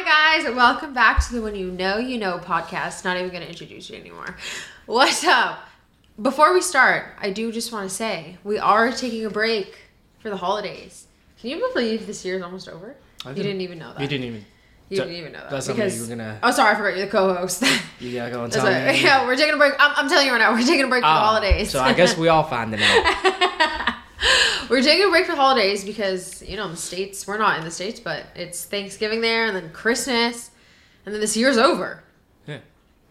guys, welcome back to the When You Know You Know podcast. Not even going to introduce you anymore. What's up? Before we start, I do just want to say we are taking a break for the holidays. Can you believe this year's almost over? I you didn't- didn't even know that. You didn't even. You So- didn't even know that. that's something because, you were gonna- Oh, sorry, I forgot you're the co-host. You gotta go and That's tell right. me. Yeah, we're taking a break. I'm, I'm telling you right now, we're taking a break for the Ah, holidays. So I guess we all find it out. we're taking a break for the holidays because you know in the states we're not in the states, but it's Thanksgiving there, and then Christmas, and then this year's over. Yeah.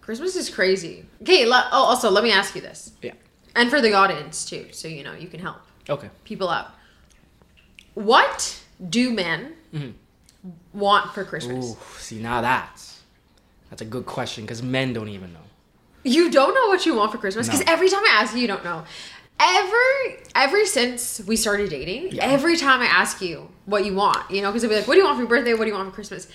Christmas is crazy. Okay. Le- oh, also let me ask you this, Yeah. and for the audience too, so you know you can help Okay. people out. What do men Mhm. want for Christmas? Ooh, see now that's that's a good question because men don't even know. You don't know what you want for Christmas because No. every time I ask you, you don't know. Ever, ever since we started dating, Yeah. every time I ask you what you want, you know, because I'll be like, "What do you want for your birthday? What do you want for Christmas?"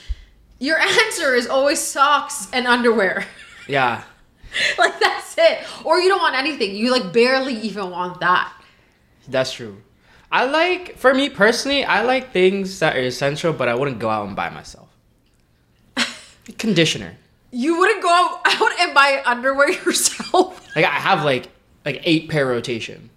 Your answer is always socks and underwear. Yeah. like that's it. Or you don't want anything. You like barely even want that. That's true. I like, for me personally, I like things that are essential, but I wouldn't go out and buy myself. Conditioner. You wouldn't go out out and buy underwear yourself. Like I have like like eight pair rotation.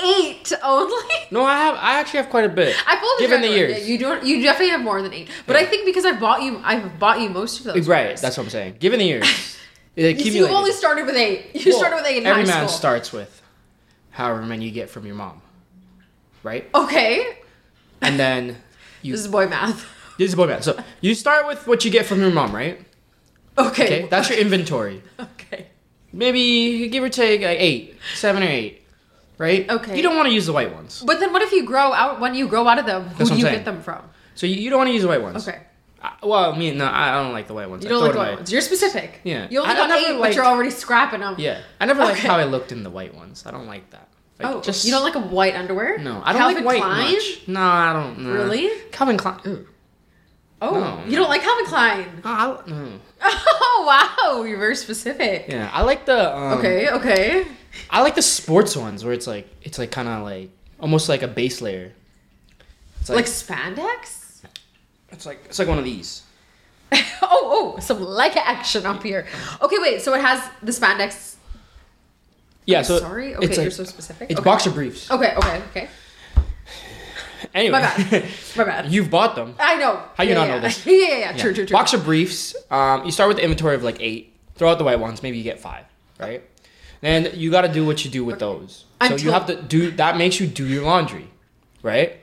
Eight only. No, I have. I actually have quite a bit. I pulled a given the Jaguar. years. Yeah, you don't. You definitely have more than eight. But I Yeah. think because I bought you, I've bought you most of those. right. pairs. That's what I'm saying. Given the years, it You, see, you accumulated. only started with eight. You Well, started with eight in every high man school. starts with however many you get from your mom, right? okay, And then you. this This is boy math. is boy man. So you start with what you get from your mom, right? Okay, Okay, that's your inventory. okay. Maybe give or take like eight, seven or eight, right? Okay. You don't want to use the white ones, But then, what if you grow out? When you grow out of them, who That's what do I'm you saying. get them from? so you, you don't want to use the white ones. Okay, I, well, I mean, no, I I don't like the white ones. you I don't throw like it the away. white ones. You're specific. Yeah. you only I- I got never eight, but liked- you're already scrapping them. Yeah, I never liked Okay. how I looked in the white ones. I don't like that. Like, oh, you don't like a white underwear? No, I don't Calvin like white Klein? much. No, I don't. nah. Really? Calvin Klein. Ew. Oh, No, you don't like Calvin Klein? No, I, no. Oh wow, you're very specific. Yeah, I like the. Um, Okay, okay. I like the sports ones where it's like it's like kind of like almost like a base layer. It's like, like spandex. it's like it's like one of these. oh, oh, some leg action up here. Okay, wait. So it has the spandex. Yeah. I'm so sorry. it's Okay, like- you're so specific. It's okay. boxer briefs. Okay, okay, okay. Anyway, My bad. My bad. you've bought them. I know. How you yeah, not yeah. know this? yeah, yeah, yeah. True, Yeah. true, true. Boxer briefs. Um, you start with the inventory of like eight. Throw out the white ones. Maybe you get five. Right. Then you got to do what you do with those. So Until- you have to do that. Makes you do your laundry, right?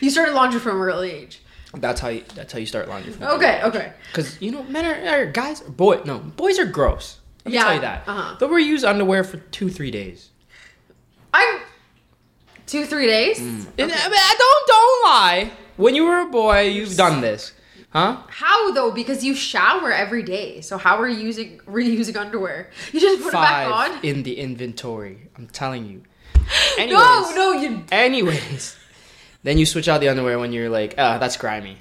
You started laundry from an early age. That's how you. That's how you start laundry. from there. Okay, okay. Cause you know, men are, are guys. Boy, no, boys are gross. Let me Yeah, tell you that. uh-huh. They'll reuse underwear for two, three days. I'm two, three days. And, I mean, I don't don't lie. When you were a boy, you've done this, huh? How though? Because you shower every day. So how are you using reusing underwear? You just put it back Five on. in the inventory. I'm telling you. Anyways, No, no, you. Anyways, then you switch out the underwear when you're like, uh, that's grimy.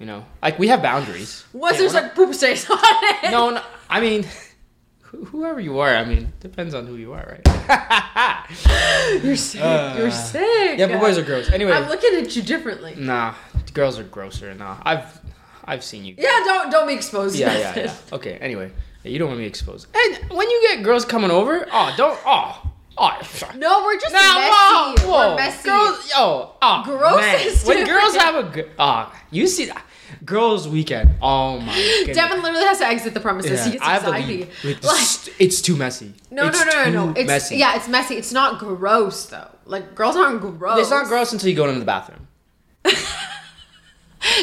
You know, like we have boundaries. Once Yeah, there's we're like poop stains on it. not- no, no. I mean, wh- whoever you are. I mean, depends on who you are, right? you're sick. you're Uh, sick. yeah, but boys are gross. Anyway, Hmm. I'm looking at you differently. Nah, girls are grosser. Nah, I've I've seen you. Yeah, don't don't be exposed. to yeah, yeah, this. yeah. Okay. Anyway, Yeah, you don't want me exposed. And when you get girls coming over, oh, don't, oh, oh. No, we're just messy. Nah, whoa, whoa. We're messy. Girls, yo, oh, Gross man. is When girls different. have a, g- ah, you see that, girls' weekend. Oh my goodness. Devin literally has to exit the premises. Yeah, he gets I have to anxiety. leave. Like, Like, this- it's too messy. no, it's no, no, no, no. too It's messy. yeah, it's messy. It's not gross though. Like girls aren't gross. It's not gross until you go into the bathroom.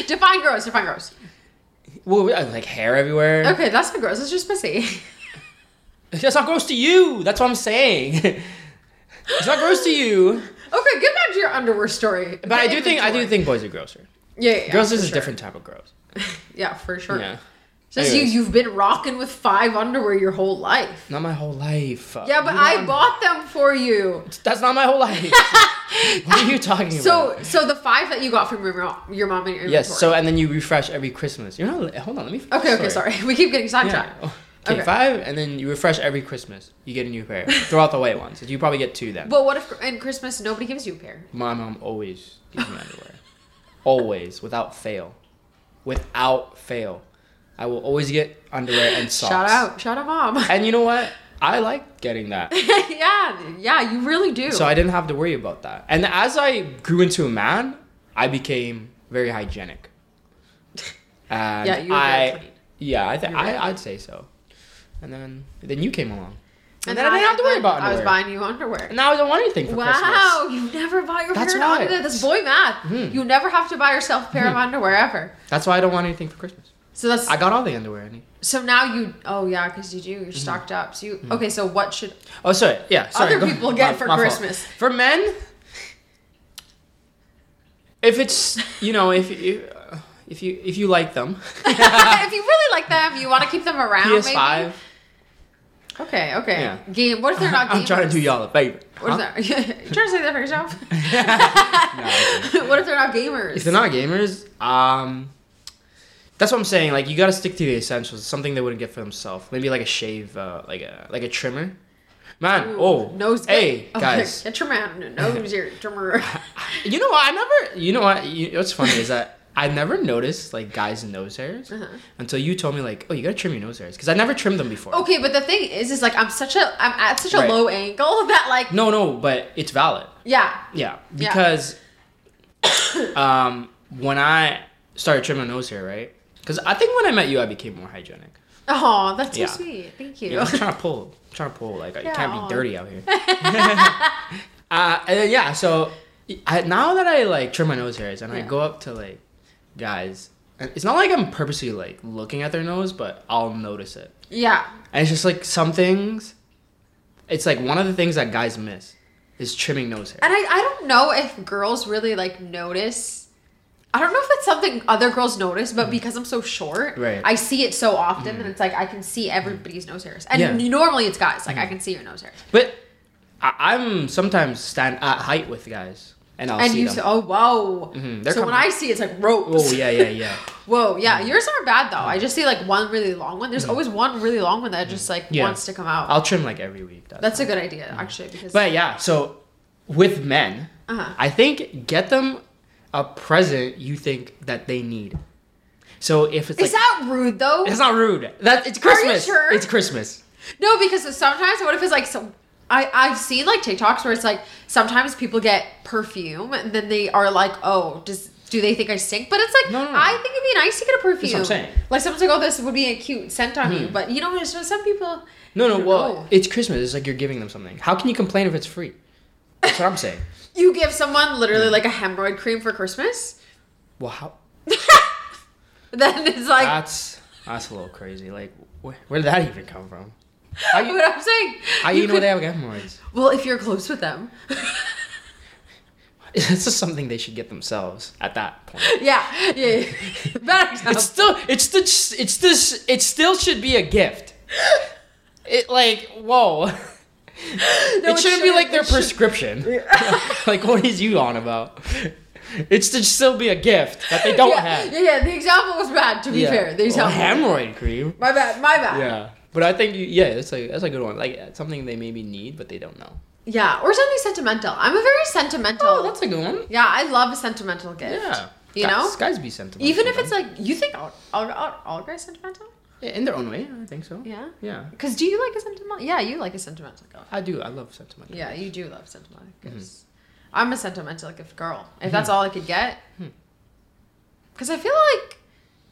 Define gross. Define gross. Well, we- uh, like hair everywhere. Okay, that's not gross. It's just messy. That's not gross to you. That's what I'm saying. it's not gross to you. okay, get back to your underwear story. But I do think I do think boys are grosser. yeah, yeah, yeah, Girls for is a sure. different type of gross. Yeah, for sure. Yeah. Just you, Anyways. you've been rocking with five underwear your whole life. Not my whole life. Yeah, but You I want- bought them for you. That's not my whole life. what are you talking So, about? so the five that you got from your mom, your mom and your yes. inventory. So and then you refresh every Christmas. You're not. Hold on. Let me. finish Okay, the okay, story. sorry. We keep getting Yeah. sidetracked. Okay, Okay. five, and then you refresh every Christmas. You get a new pair. Throw out the white ones. You probably get two then. But what if in Christmas nobody gives you a pair? my mom always gives me underwear. Always, without fail. without fail. I will always get underwear and socks. Shout out, shout out, mom. And you know what? I like getting that. yeah, yeah, you really do. So I didn't have to worry about that. And as I grew into a man, I became very hygienic. And Yeah, you were very I clean. yeah, I, th- You were very I I'd say so. And then then you came along, and, then now I didn't have to worry then about I was underwear. buying you underwear. and now I don't want anything for Wow, you never buy your That's parents right. underwear. That's boy math. Mhm. You never have to buy yourself a pair of underwear ever. Christmas. That's why I don't want anything for Christmas. So that's I Hmm. got all the underwear I need. so now you. Oh yeah, because you do. You're stocked up. So you Hmm. okay? So what should Oh, sorry. Yeah, sorry. Other Go- people get for fault. Christmas. For men, if it's you know if you if you if you like them, if you really like them, you want to keep them around. PS maybe? Five. Okay, okay. Yeah. Game. What if they're not? I'm trying to do y'all a favor. What Huh? if they're? you trying to say that for yourself? No, I can't. what if they're not gamers? if they're not gamers, um, that's what I'm saying. Like you got to stick to the essentials. Something they wouldn't get for themselves. Maybe like a shave, uh, like a like a trimmer. Man, Ooh, oh, nose. hey Oh, guys, get your man. Nose your trimmer. you know what? I never. You know what? You, what's funny is that I never noticed like guys' nose hairs Uh-huh. until you told me like, oh, you gotta trim your nose hairs because I never trimmed them before. Okay, but the thing is, is like I'm such a I'm at such a Right. low angle that like No, no, but it's valid. yeah Yeah, Yeah. because um, when I started trimming my nose hair, right? Because I think when I met you, I became more hygienic. oh that's so Yeah. sweet thank you You know, I'm trying to pull, I'm trying to pull. Like you can't Yeah. be dirty out here. uh, and then, yeah, so I, now that I like trim my nose hairs and I Yeah. go up to like guys, and it's not like I'm purposely like looking at their nose, but I'll notice it. yeah And it's just like some things. It's like one of the things that guys miss is trimming nose hair. and I I don't know if girls really like notice. I don't know if it's something other girls notice, but because I'm so short, Mm. Right. Mm. I see it so often that it's like I can see everybody's nose hairs. And Yeah. Mm. normally it's guys, like I can see your nose hairs. But I, I'm sometimes stand at height with guys, and I'll and see you them. say, oh, whoa. Mhm, they're So when coming. I see it's like ropes. oh yeah, Mm-hmm. yeah, yeah. Whoa, yeah. Yours aren't bad though. I just see like one really long one. There's always one really long one that just like Mm-hmm. Yeah. wants to come out. I'll trim like every week. That's, That's a good idea actually because But yeah, so with men, Uh-huh. I think get them a present you think that they need. So if it's is like, that rude though? it's not rude. That it's Christmas. sure? It's Christmas. No, because sometimes what if it's like some. I, I've seen like TikToks where it's like sometimes people get perfume and then they are like, oh, does do they think I stink? But it's like No, no, no. I think it'd be nice to get a perfume. That's what I'm saying. Hmm. Like someone's like, oh, this would be a cute scent on you, but you know, there's some people. No, no. I don't Well, know. it's Christmas. It's like you're giving them something. How can you complain if it's free? That's what I'm saying. you give someone literally like a hemorrhoid cream for Christmas, Well, how? then it's like That's that's a little crazy. Like, wh- where did that even come from? How you, what I'm saying. how you, You know could- they have hemorrhoids? Well, if you're close with them, It's just something they should get themselves at that point. yeah, yeah, yeah. bad example. It's still, it's the, it's this, it still should be a gift. It like, whoa. No, it shouldn't be like their it should- prescription. like, what is you on about? It's to still be a gift that they don't yeah, have. Yeah, yeah, the example was bad. To be Yeah. fair, the Well, example. hemorrhoid cream. My bad. My bad. Yeah, but I think you, yeah, that's a that's a good one. Like uh, something they maybe need but they don't know. Yeah, or something sentimental. I'm a very sentimental. Oh, that's a good one. yeah, I love a sentimental gift. Yeah, You guys, know? guys be sentimental. Even if it's though. like you think all all, all, all guys sentimental. Yeah, in their own way, I think so. Yeah. yeah, Because do you like a sentimental? Yeah, you like a sentimental gift. I do. I love sentimental. Yeah, you do love sentimental Mm-hmm. gifts. I'm a sentimental gift girl. If that's all I could get, Mm-hmm. because I feel like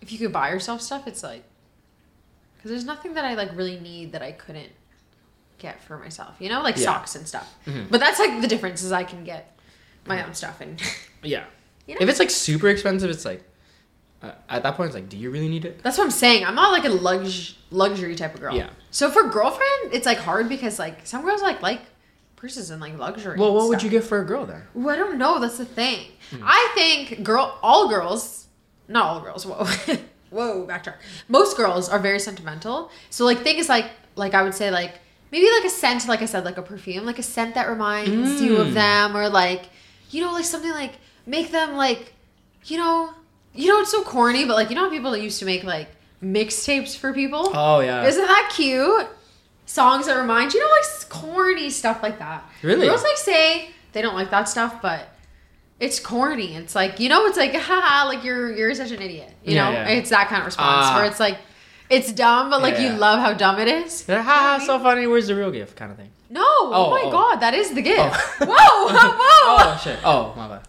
if you could buy yourself stuff, it's like because there's nothing that I like really need that I couldn't get for myself. You know, like Yeah. socks and stuff. Mhm. But that's like the difference is I can get Mm-hmm. my own stuff and. Yeah. You know? If it's like super expensive, it's like uh, at that point, it's like, do you really need it? That's what I'm saying. I'm not like a lux- luxury type of girl. Yeah. So for girlfriend, it's like hard because like some girls like like purses and like luxury. Well, and what would stuff. you get for a girl then? Well, I don't know. That's the thing. I think girl, all girls, not all girls. Whoa, whoa, backtrack. Most girls are very sentimental. So like things like like I would say like maybe like a scent, like I said, like a perfume, like a scent that reminds you Mm. of them, or like you know like something like make them like you know you know it's so corny, but like you know how people used to make like mixtapes for people. Oh yeah. Isn't that cute? Songs that remind you know like s- corny stuff like that. Really? Girls like say they don't like that stuff, but It's corny. It's like you know. It's like haha. Like you're you're such an idiot. You Yeah, know. yeah. It's that kind of response Ah. where it's like, it's dumb, but like Yeah. you love how dumb it is. They're, ha ha, so funny. Where's the real gift? Kind of thing. No. Oh, Oh, my oh. god, that is the gift. Oh. Whoa! Whoa! Oh shit. Oh my bad.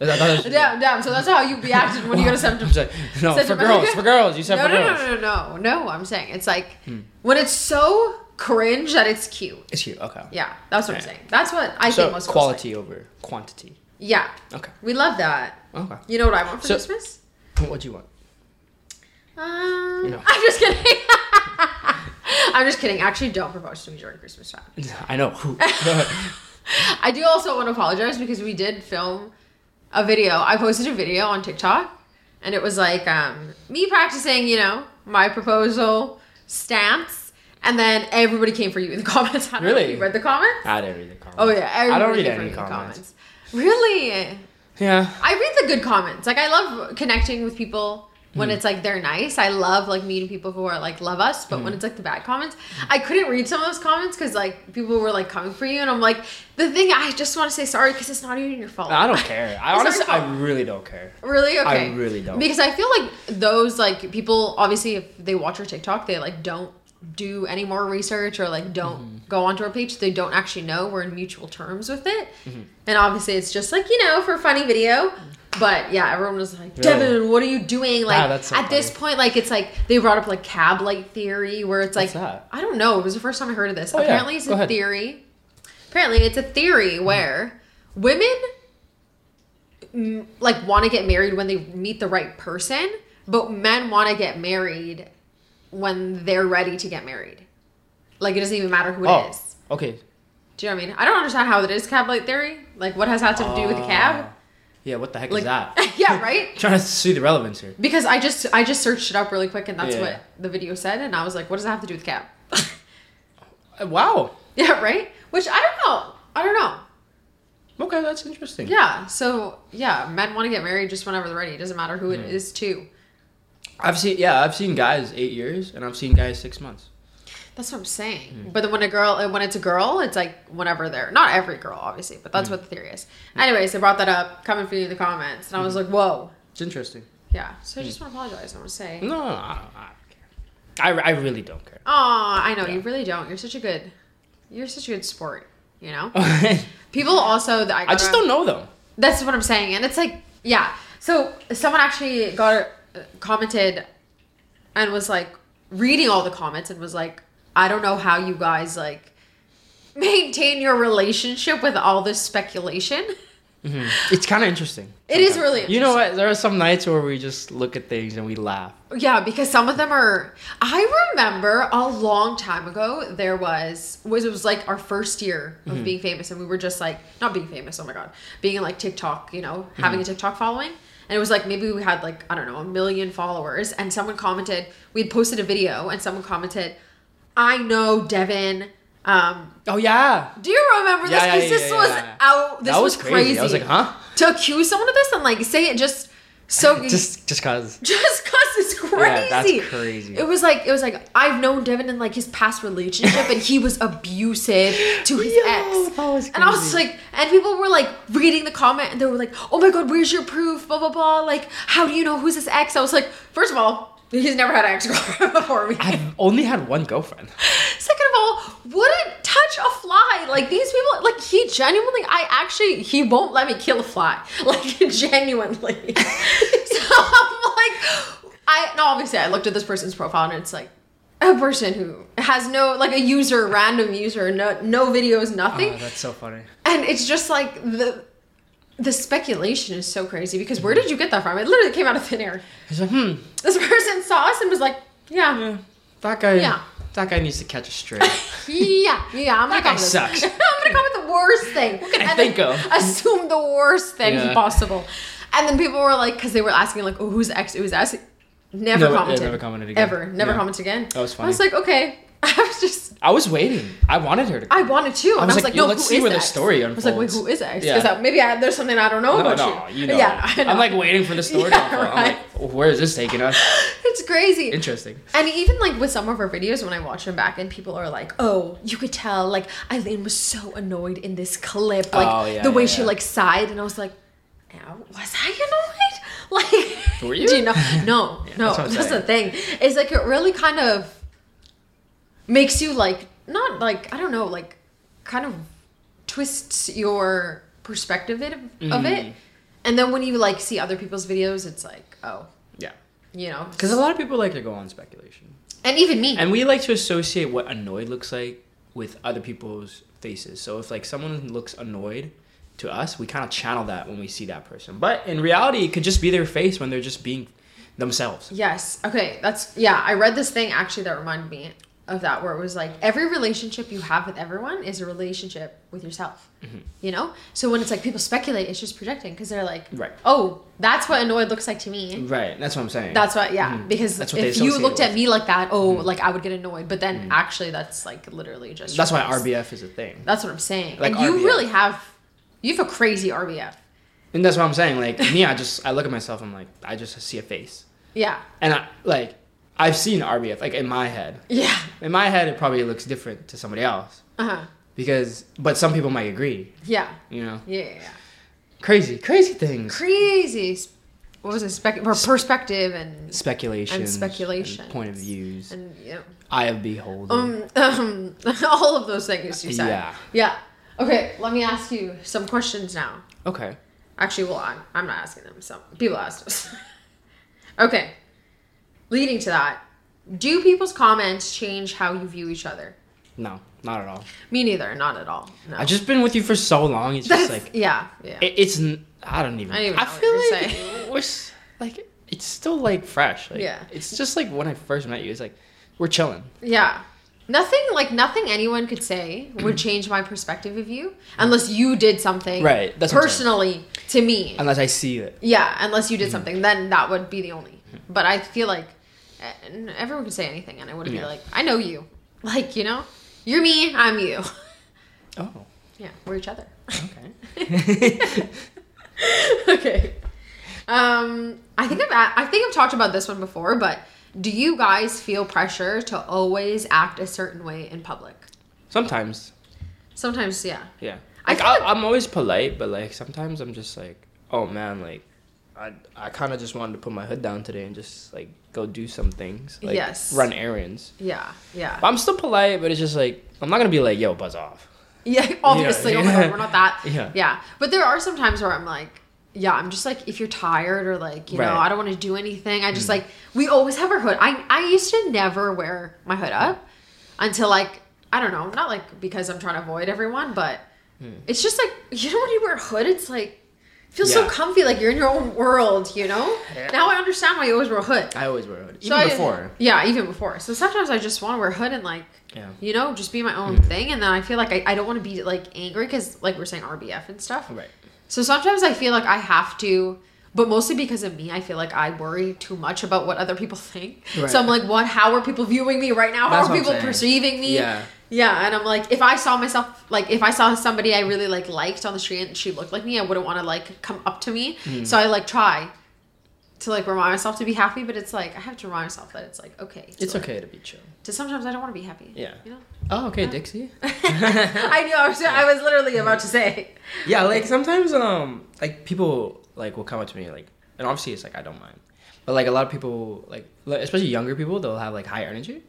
I thought that was- Damn, damn. So that's how you reacted when you got a symptom. I'm sorry. No, Said for to- girls. For girls. You said No, for no, girls. no, no, no, no. I'm saying it's like Hmm. when it's so cringe that it's cute. It's you. Okay. Yeah, that's what I'm Yeah. saying. That's what I so think most girls like. quality over quantity. Yeah, Okay. we love that. Okay. You know what I want for So- Christmas? What do you want? Um, No. I'm just kidding. I'm just kidding. Actually, don't propose to me during Christmas time. I know. Who? I do also want to apologize because we did film a video. I posted a video on TikTok and it was like um, me practicing, you know, my proposal stance. And then everybody came for you in the comments. I don't know if Really? you read the comments? I didn't read the comments. Oh, yeah. I don't everybody read came for any you in the comments. Really? Yeah. I read the good comments. Like I love connecting with people when it's like they're nice. I love like meeting people who are like love us, but when it's like the bad comments, I couldn't read some of those comments because like people were like coming for you, and I'm like, the thing I just want to say sorry because it's not even your fault. I don't care. I It's honestly, our fault. I really don't care. Really? I Okay. really don't. Because I feel like those like people obviously if they watch your TikTok, they like don't do any more research or like don't Mm-hmm. go onto our page. They don't actually know we're in mutual terms with it. Mm-hmm. And obviously it's just like, you know, for a funny video. But yeah, everyone was like, Really? Ah, Devin, what are you doing? Like that's so at this point, like it's like they brought up like cab light theory where it's like What's that? I don't know, it was the first time I heard of this. Oh, yeah. Apparently it's Go a ahead. Mm-hmm. theory. Apparently it's a theory where women m- like want to get married when they meet the right person, but men want to get married when they're ready to get married. Like it doesn't even matter who it is. oh. Okay. Do you know what I mean? I don't understand how it is cab light theory. Like what has that to do with the cab? Ah. Yeah. What the heck Like is that? yeah, right? Trying to see the relevance here. Because I just I just searched it up really quick and that's Yeah. what the video said and I was like, what does that have to do with cab? Uh, Wow. yeah, right? Which I don't know. I don't know. Okay, that's interesting. Yeah. So yeah, men want to get married just whenever they're ready. It doesn't matter who it Hmm. is too. I've seen. Yeah, I've seen guys eight years, and I've seen guys six months. That's what I'm saying. Hmm. But then when a girl, uh, when it's a girl, it's like whenever they're not every girl, obviously, but Hmm. that's what the theory is. Anyways, I brought that up, coming for you in the comments, and I Hmm. was like, whoa, It's interesting. yeah. So Hmm. I just want to apologize. I want to say, No, no, no, I, don't- I don't care. I, I really don't care. oh, I know you really don't. You're such a good, you're such a good sport. You know, Oh. I people also. that I, just gotta- don't know though. That's what I'm saying, and it's like, yeah. So someone actually got uh, commented, and was like reading all the comments, and was like, I don't know how you guys like maintain your relationship with all this speculation. It's kind of interesting. It is sometimes. really You know what? There are some nights where we just look at things and we laugh. Yeah, because some of them are. I remember a long time ago there was was it was like our first year of Mm-hmm. being famous, and we were just like not being famous. Oh my god, being in like TikTok, you know, Mm-hmm. having a TikTok following, and it was like maybe we had like I don't know a million followers, and someone commented we had posted a video, and someone commented, "I know Devin." Um, Oh yeah. do you remember this? Yeah, yeah, 'Cause yeah, this yeah, was yeah. out. This that was, crazy. I was like, huh? To accuse someone of this and like say it just so Just, just cause. just cause it's crazy. Yeah, that's crazy. It was like it was like I've known Devin in like his past relationship, and he was abusive to his Yo, ex. that was and I was crazy. like, and people were like reading the comment, and they were like, "Oh my god, where's your proof?" Blah blah blah. Like, how do you know who's his ex? I was like, first of all, he's never had an ex girlfriend before me. I've only had one girlfriend. Second of all, wouldn't touch a fly. Like these people, like he genuinely, I actually, he won't let me kill a fly. Like genuinely. so I'm like, I no, obviously I looked at this person's profile and it's like a person who has no like a user, random user, no no videos, nothing. Oh, that's so funny. and it's just like the the speculation is so crazy because where did you get that from? It literally came out of thin air. He's like, hmm, This person saw us and was like, yeah. yeah, that guy. Yeah. That guy needs to catch a stray. Yeah, yeah, I'm gonna That guy come with sucks. I'm gonna come with the worst thing. What can I think of? Assume the worst thing Yeah. possible. And then people were like, because they were asking like, oh, who's X, who's S? Never No, yeah, commented. never commented again. Ever. Never Yeah. commented again. That was I was funny. like, okay. I was just, I was waiting. I wanted her to. I wanted to. And I was, like, yo, no, let's who see is where the X? story I was like, wait, unfolds. who is X? Yeah. Because maybe I, there's something I don't know no, about no, you. you know. Yeah, I know. I'm like waiting for the story. Yeah, to unfold. right. I'm like, where is this taking us? it's crazy. Interesting. And even like with some of our videos, when I watch them back, and people are like, "Oh, you could tell like Eileen was so annoyed in this clip, like Oh, yeah, the way yeah, she yeah. like sighed," and I was like, Ow, was I annoyed? Like, Were you? do you know? No, Yeah, no. that's what I'm That's, the thing. It's like it really kind of makes you like not like I don't know like kind of twists your perspective it, of it, Mm. and then when you like see other people's videos, it's like oh Yeah. you know Because a lot of people like to go on speculation. and even me And we like to associate what annoyed looks like with other people's faces. So if like someone looks annoyed to us, we kind of channel that when we see that person. But in reality, it could just be their face when they're just being themselves. Yes. Okay. That's yeah. I read this thing actually that reminded me of that, where it was like every relationship you have with everyone is a relationship with yourself. Mm-hmm. You know. So when it's like people speculate, it's just projecting because they're like, Right. oh, that's what annoyed looks like to me. Right. That's what I'm saying. That's what, yeah, Mhm. because That's what they if you associate it looked at with. Mm-hmm. me like that, oh, like I would get annoyed. But then actually, that's like literally just that's why RBF. RBF is a thing. That's what I'm saying. Like and you RBF. really have, you have a crazy RBF. And that's what I'm saying. Like me, I just I look at myself. I'm like I just see a face, Yeah. and I like I've seen RBF like in my head. Yeah. In my head, it probably looks different to somebody else Uh huh. because but some people might agree. Yeah. You know, Yeah. Yeah. yeah. crazy, crazy things. crazy. sp- What was it? Spec- or perspective and speculation And speculations. point of views and you know, eye of beholder um, um, all of those things you said. Yeah. Yeah. Okay. Let me ask you some questions now. okay Actually, well, I'm, I'm not asking them. Some people asked us. okay. Leading to that, do people's comments change how you view each other? no not at all Me neither. Not at all. No. i've just been with you for so long it's That's just like yeah. Yeah. it, it's n- i don't even I don't even know what feel you're like saying. we're s- like it's still like fresh like Yeah. it's just like when i first met you it's like we're chilling Yeah. Nothing like nothing anyone could say would change my perspective of you unless you did something Right, that's what I'm saying. Mm-hmm. personally to me. unless i see it yeah, unless you did something, then that would be the only. Mm-hmm. But I feel like eh, everyone could say anything, and I would not be Yeah. like, I know you, like you know, you're me, I'm you. oh yeah, we're each other. okay okay. Um, I think I've a- I think I've talked about this one before, but do you guys feel pressure to always act a certain way in public? sometimes Sometimes, yeah. yeah I like feel I i'm always polite but like sometimes i'm just like oh man like I, I kind of just wanted to put my hood down today and just like go do some things like Yes. run errands Yeah, yeah. But I'm still polite, but it's just like I'm not gonna be like, yo, buzz off. Yeah, obviously. Oh my yeah. god, we're not that. Yeah. But there are some times where I'm like, yeah, I'm just like, if you're tired or like, you know, Right. Mm. I don't want to do anything. I just like, we always have our hood. I I used to never wear my hood up until like I don't know, not like because I'm trying to avoid everyone, but Mm. it's just like you know when you wear a hood, it's like it feels so Yeah. comfy, like you're in your own world. You know. Yeah. Now I understand why you always wear a hood. I always wear a hood, So even I- before. yeah, even before. So sometimes I just want to wear a hood and like, Yeah. you know, just be my own thing. And then I feel like I, I don't want to be like angry because like we're saying RBF and stuff. Right. So sometimes I feel like I have to, but mostly because of me, I feel like I worry too much about what other people think. Right. So I'm like, what? How are people viewing me right now? How That's are what I'm people saying. perceiving me? Yeah. Yeah, and I'm like, if I saw myself, like, if I saw somebody I really like liked on the street and she looked like me, I wouldn't want to like come up to me. Mm. So I like try to like remind myself to be happy, but it's like I have to remind myself that it's like okay. to, It's like, okay to be chill. To sometimes I don't want to be happy. Yeah. You know? Oh, okay, Dixie. I knew I was. I was literally about to say. yeah, like sometimes um like people like will come up to me like and obviously it's like I don't mind. But like a lot of people like like, especially younger people, they'll have like high energy.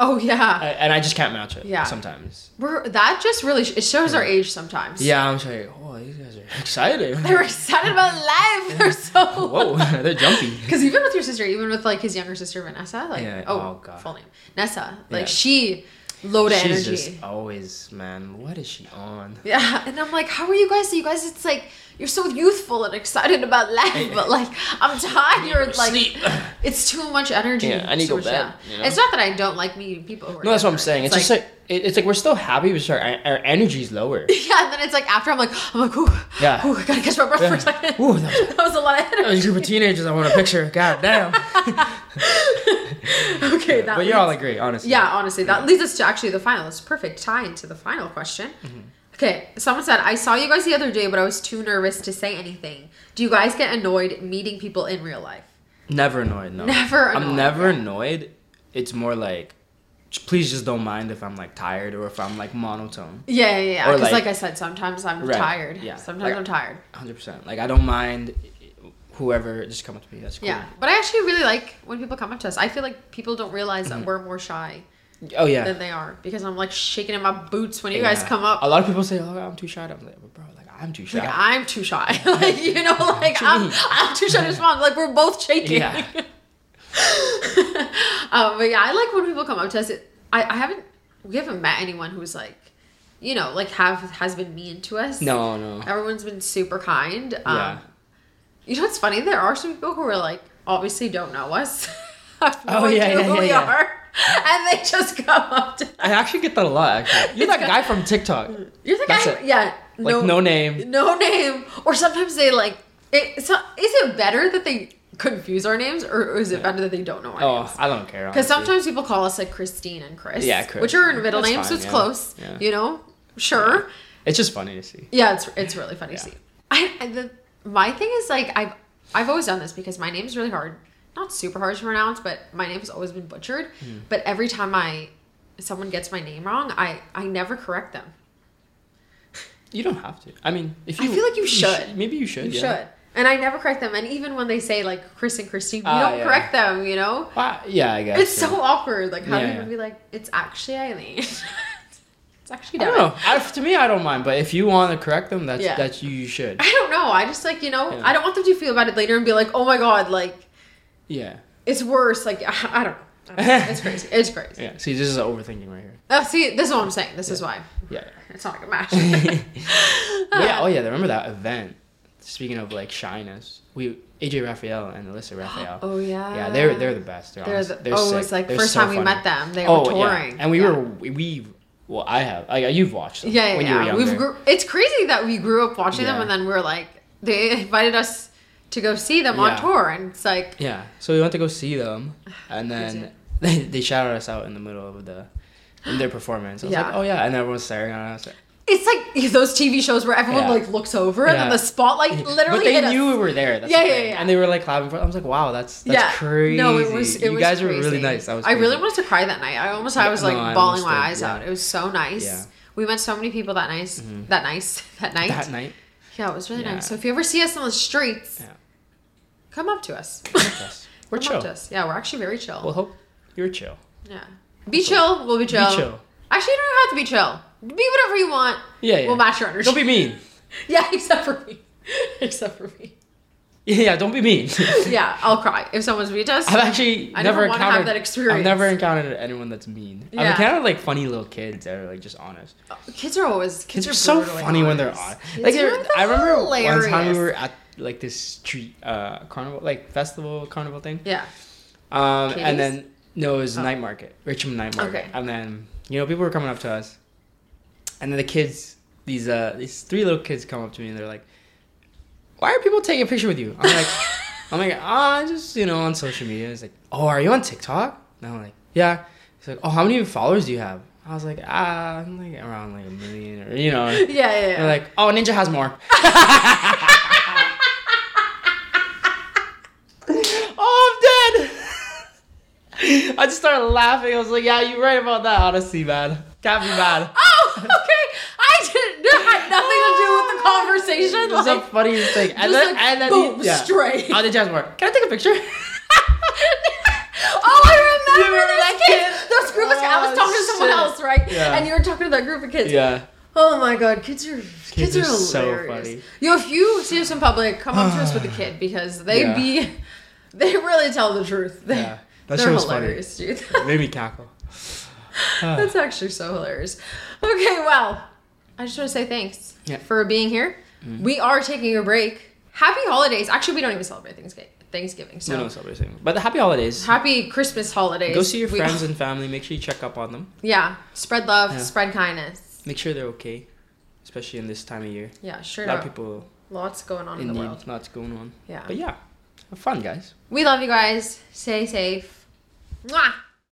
Oh yeah, I, and I just can't match it. Yeah. Sometimes. we're that just really sh- it shows our age sometimes. Yeah, I'm just like, oh these guys are excited. they're excited about life. They're so Whoa, they're jumpy. Because even with your sister, even with like his younger sister Vanessa, like Yeah, oh, oh, God. full name Nessa, like Yeah. she loaded She's energy. just always man, what is she on? Yeah, and I'm like, how are you guys? You guys, it's like you're so youthful and excited about life, but like I'm tired. Like Sleep. it's too much energy. Yeah, I need to So go much- to bed, yeah. you know? It's not that I don't like meeting people. Who are No, that's what I'm younger. saying. It's, just like, it, it's like we're still happy, but just our, our energy's lower. yeah, and then it's like after I'm like I'm like, ooh, Yeah. ooh, I gotta catch my breath for a Yeah. second. Ooh, that was- a lot of A energy. group of teenagers I want a picture. God damn. okay, that. but you all leads- agree, honestly. Yeah, honestly, that leads us to actually the final. It's a perfect tie into the final question. Mm-hmm. Okay, someone said, I saw you guys the other day, but I was too nervous to say anything. Do you guys get annoyed meeting people in real life? Never annoyed, no. Never I'm annoyed, never yeah. annoyed. It's more like please just don't mind if I'm like tired or if I'm like monotone. Yeah, yeah, yeah. Or, Because like, like- I said, sometimes I'm Right, tired. yeah. Sometimes Like- I'm tired. 100%. Like I don't mind whoever just come up to me. That's cool. Yeah. But I actually really like when people come up to us. I feel like people don't realize Mm-hmm. that we're more shy Oh yeah. than they are because I'm like shaking in my boots when you Yeah. guys come up. A lot of people say, "Oh, I'm too shy." I'm like, "Bro, like I'm too shy." Like I'm too shy. like you know, like I'm I'm too shy to respond. Like we're both shaking. Yeah. um, but yeah, I like when people come up to us. It, I I haven't we haven't met anyone who's like, you know, like have has been mean to us. no, no. Everyone's been super kind. Um, Yeah. You know what's funny? There are some people who are like obviously don't know us. Have no Oh, yeah, idea yeah, who yeah, we yeah. are, and they just come up to. I actually get that a lot. Actually, you're It's that got- guy from TikTok, You're the That's guy. it. Yeah. like no name. no name or sometimes they like it, so, is it better that they confuse our names or is it better that they don't know our names Oh, I don't care. because honestly. sometimes people call us like christine and chris Yeah, Chris. which are in middle That's names so fine, it's yeah. close Yeah. you know sure it's just funny to see. yeah, it's it's really funny Yeah. to see. I, I the my thing is like I've I've always done this because my name's really hard, not super hard to pronounce, but my name's always been butchered. Hmm. But every time I someone gets my name wrong, I I never correct them. You don't have to. I mean, if I you, feel like you sh- should. maybe you should. You yeah. should. And I never correct them. And even when they say like Chris and Christine, we Ah, don't yeah. correct them, you know? Ah, yeah, I guess. It's yeah. so awkward. Like, how do you Yeah, even yeah. be like, it's actually Eileen? it's actually I Devin. don't know. I, to me, I don't mind. But if you want to correct them, that's Yeah. that's you. You should. I don't know. I just like, you know, Yeah. I don't want them to feel about it later and be like, oh my God, like, Yeah. it's worse. Like, I, I don't know. I don't know. It's crazy. It's crazy. Yeah. See, this is overthinking right here. Oh, see, this is what I'm saying. This is why Yeah. it's not like a match. Uh, Ah. yeah. Oh yeah. Remember that event? Speaking of like shyness, we AJ Raphael and Alyssa Raphael. Oh, yeah. Yeah, they're they're the best. They're, Uh, They're honest. the- they're oh, sick. it was like They're first so time we funny. met them, they oh, were touring. yeah, and we Yeah. were we, we well, I have. I, you've watched them. Yeah, yeah, when yeah. You were We've younger. grew, it's crazy that we grew up watching them, Yeah. and then we're like, they invited us to go see them on Yeah. tour, and it's like, Yeah, so we went to go see them, and Crazy. then they, they shouted us out in the middle of the in their performance. I was Yeah. like, oh yeah, and everyone's staring at us. it's like those TV shows where everyone Yeah. like looks over, and then Yeah. the spotlight literally. but they hit knew us. we were there. That's Yeah, the yeah, thing. yeah. And they were like clapping for. I was like, wow, that's that's crazy. No, it was. It you was guys were crazy. really nice. That was I really crazy. wanted to cry that night. I almost. I Yeah, was no, like I bawling my understand, eyes yeah. out. It was so nice. Yeah. Mm-hmm. We met so many people that nice. That nice. That night. that night. Yeah, it was really Yeah. nice. So if you ever see us on the streets, Yeah. come up to us. Yes. Come We're up chill. to us. Yeah, we're actually very chill. We'll hope you're chill. Yeah. Be chill. We'll be chill. chill. Actually, you don't have to be chill. Be whatever you want. Yeah, yeah. We'll match your energy. Don't be mean. yeah, except for me. except for me. Yeah, don't be mean. Yeah, I'll cry if someone's mean to us. I've actually I never never, wanna have encountered that experience. I've never encountered anyone that's mean. I've Yeah. encountered like funny little kids that are like just honest. Kids are always Kids, are so brutally funny when they're honest. honest. Kids Like are they're- I remember one time hilarious. we were at like this street uh carnival like festival carnival thing. Yeah. Um Kitties? and then no, it was Oh. night market, Richmond night market. Okay. And then you know people were coming up to us, and then the kids, these uh these three little kids come up to me and they're like, "Why are people taking a picture with you?" I'm like, I'm like, ah, just you know on social media. It's like, oh, are you on TikTok? And I'm like, yeah. He's like, oh, how many followers do you have? I was like, ah, I'm like around like a million or you know. Yeah, yeah, yeah. They're like, oh, Ninja has more. oh, I'm dead. I just started laughing. I was like, yeah, you're right about that, honestly, man. Can't be bad. oh, okay. I didn't. That had nothing to do with the conversation. It was the like, funniest thing. just And then, like, and then, boom, yeah. straight. Oh, Ninja has more. Can I take a picture? oh, I You remember remember those that kids. kid? Those group of kids. I was Oh, talking to someone shit. else, right? Yeah. And you were talking to that group of kids. yeah. Oh my god, kids are kids, Kids are, are so hilarious. funny. Yo, if you see us in public, come up to us with a kid because they Yeah. be they really tell the truth. They, Yeah. That they're shit was funny. hilarious, dude. Made me cackle. Ah. That's actually so hilarious. Okay, well, I just want to say thanks Yeah. Mm-hmm. for being here. We are taking a break. Happy holidays. Actually, we don't even celebrate Thanksgiving. Thanksgiving. No, So no, stop what you're saying. But happy holidays. happy Christmas holidays. Go see your We- friends and family. Make sure you check up on them. yeah. Spread love. Yeah. Spread kindness. Make sure they're okay, especially in this time of year. Yeah, A sure. lot of Up. people Lots going on in, in the need. world. Lots going on. Yeah. But yeah, have fun, guys. We love you guys. Stay safe. Mwah.